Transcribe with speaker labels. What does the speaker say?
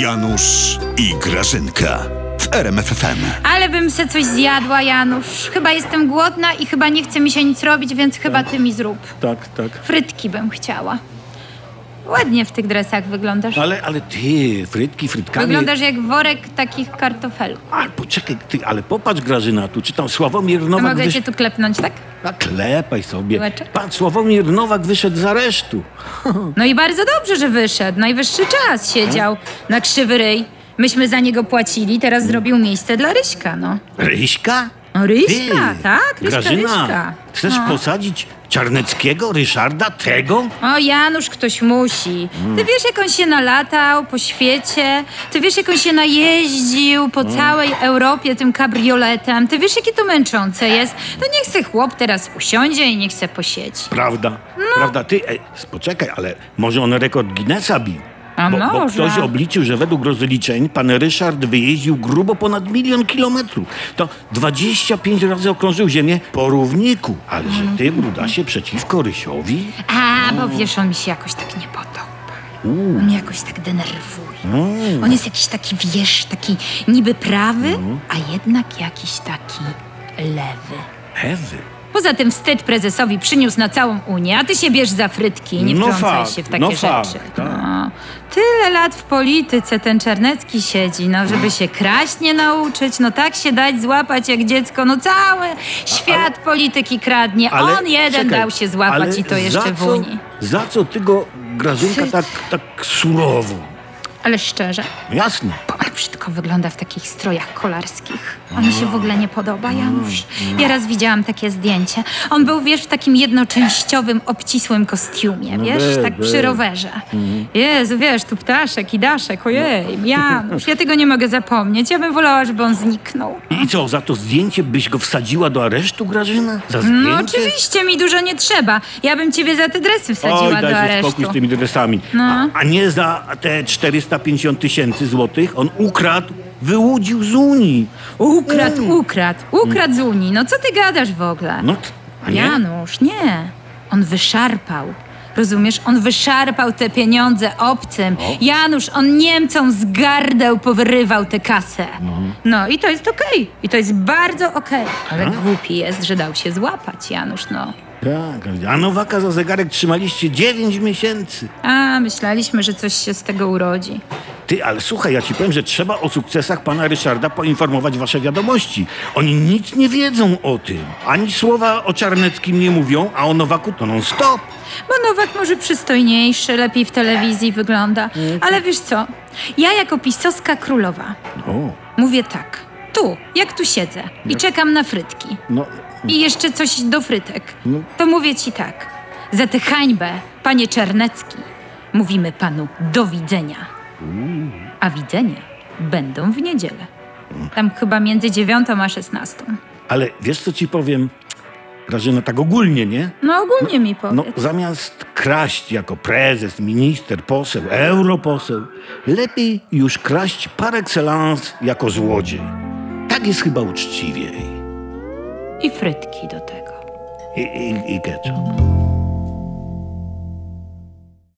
Speaker 1: Janusz i Grażynka w RMFFM.
Speaker 2: Ale bym se coś zjadła, Janusz. Chyba jestem głodna i chyba nie chce mi się nic robić, więc chyba ty mi zrób.
Speaker 3: Tak, tak.
Speaker 2: Frytki bym chciała. Ładnie w tych dresach wyglądasz.
Speaker 3: Ale, ale ty, frytki, frytkami...
Speaker 2: Wyglądasz jak worek takich kartofelków.
Speaker 3: A, poczekaj, ty, ale popatrz Grażyna, tu czytam Sławomir
Speaker 2: A
Speaker 3: Nowak...
Speaker 2: mogę
Speaker 3: wysz-
Speaker 2: cię tu klepnąć, tak?
Speaker 3: A klepaj sobie.
Speaker 2: Łeczek?
Speaker 3: Pan Sławomir Nowak wyszedł z aresztu.
Speaker 2: No i bardzo dobrze, że wyszedł. Najwyższy czas siedział na krzywy ryj. Myśmy za niego płacili, teraz zrobił miejsce dla Ryśka, no.
Speaker 3: Ryśka?
Speaker 2: No, Ryśka, tak, Ryśka,
Speaker 3: Grażyna,
Speaker 2: Ryśka.
Speaker 3: chcesz
Speaker 2: No.
Speaker 3: posadzić Czarneckiego, Ryszarda, tego?
Speaker 2: O, Janusz, ktoś musi. Ty wiesz, jak on się nalatał po świecie. Ty wiesz, jak on się najeździł po
Speaker 3: Mm.
Speaker 2: całej Europie tym kabrioletem. Ty wiesz, jakie to męczące jest. To niech se chłop teraz usiądzie i niech se posiedzi.
Speaker 3: Prawda,
Speaker 2: No.
Speaker 3: prawda. Ty, e, poczekaj, ale może on rekord Guinnessa bił.
Speaker 2: A
Speaker 3: bo, bo
Speaker 2: może.
Speaker 3: ktoś obliczył, że według rozliczeń pan Ryszard wyjeździł grubo ponad milion kilometrów. To 25 razy okrążył ziemię po równiku. Ale że ty, Brudasie, przeciwko Rysiowi?
Speaker 2: A, bo wiesz, on mi się jakoś tak nie podoba. On mnie jakoś tak denerwuje.
Speaker 3: Mm.
Speaker 2: On jest jakiś taki, wiesz, taki niby prawy, a jednak jakiś taki lewy.
Speaker 3: Hewy.
Speaker 2: Poza tym wstyd prezesowi przyniósł na całą Unię, a ty się bierz za frytki, nie
Speaker 3: No
Speaker 2: wtrącaj
Speaker 3: fakt,
Speaker 2: się w takie
Speaker 3: no
Speaker 2: rzeczy.
Speaker 3: fakt, tak.
Speaker 2: no. Tyle lat w polityce ten Czarnecki siedzi, no żeby się kraść nie nauczyć, no tak się dać złapać jak dziecko, no cały świat polityki kradnie.
Speaker 3: Ale-
Speaker 2: On jeden
Speaker 3: czekaj,
Speaker 2: dał się złapać
Speaker 3: ale
Speaker 2: i to jeszcze
Speaker 3: za
Speaker 2: w
Speaker 3: co-
Speaker 2: Unii.
Speaker 3: Za co ty go, Grażynka,
Speaker 2: Ty-
Speaker 3: tak, tak surowo?
Speaker 2: Ale szczerze,
Speaker 3: Jasne.
Speaker 2: bo on brzydko wygląda w takich strojach kolarskich. On mi się w ogóle nie podoba,
Speaker 3: Mm,
Speaker 2: Janusz. Ja raz widziałam takie zdjęcie. On był, wiesz, w takim jednoczęściowym, obcisłym kostiumie, wiesz,
Speaker 3: be,
Speaker 2: tak
Speaker 3: be.
Speaker 2: przy rowerze.
Speaker 3: Mhm.
Speaker 2: Jezu, wiesz, tu ptaszek i daszek, ojej,
Speaker 3: No.
Speaker 2: Janusz, ja tego nie mogę zapomnieć. Ja bym wolała, żeby on zniknął.
Speaker 3: I co, za to zdjęcie byś go wsadziła do aresztu, Grażyna? Za zdjęcie?
Speaker 2: No oczywiście, mi dużo nie trzeba. Ja bym ciebie za te dresy wsadziła
Speaker 3: Oj,
Speaker 2: do
Speaker 3: daj sobie
Speaker 2: aresztu.
Speaker 3: spokój z tymi dresami.
Speaker 2: No.
Speaker 3: A, a nie za te 450 tysięcy złotych on ukradł, wyłudził z Unii.
Speaker 2: Ukradł, ukradł, ukradł z Unii. No co ty gadasz w ogóle?
Speaker 3: No, t- a nie?
Speaker 2: Janusz, nie. On wyszarpał. Rozumiesz? On wyszarpał te pieniądze obcym. Janusz, on Niemcom z gardeł powyrywał tę kasę. No, i to jest okej. I to jest bardzo okej. Ale głupi jest, że dał się złapać, Janusz, no.
Speaker 3: Tak, a Nowaka za zegarek trzymaliście 9 miesięcy.
Speaker 2: A, myśleliśmy, że coś się z tego urodzi.
Speaker 3: Ty, ale słuchaj, ja ci powiem, że trzeba o sukcesach pana Ryszarda poinformować wasze wiadomości. Oni nic nie wiedzą o tym. Ani słowa o Czarneckim nie mówią, a o Nowaku to non stop.
Speaker 2: Bo Nowak może przystojniejszy, lepiej w telewizji wygląda. Ale wiesz co? Ja jako pisowska królowa
Speaker 3: O,
Speaker 2: mówię tak. Tu, jak tu siedzę i czekam na frytki.
Speaker 3: no,
Speaker 2: I jeszcze coś do frytek. To mówię ci tak. Za tę hańbę, panie Czernecki, mówimy panu do widzenia. A widzenia będą w niedzielę. Tam chyba między dziewiątą a szesnastą.
Speaker 3: ale wiesz co ci powiem? Grażyna, tak ogólnie, nie?
Speaker 2: No ogólnie mi powiedz.
Speaker 3: No, zamiast kraść jako prezes, minister, poseł, europoseł, lepiej już kraść par excellence jako złodziej. Tak jest chyba uczciwiej.
Speaker 2: I frytki do tego.
Speaker 3: I, i, i ketchup.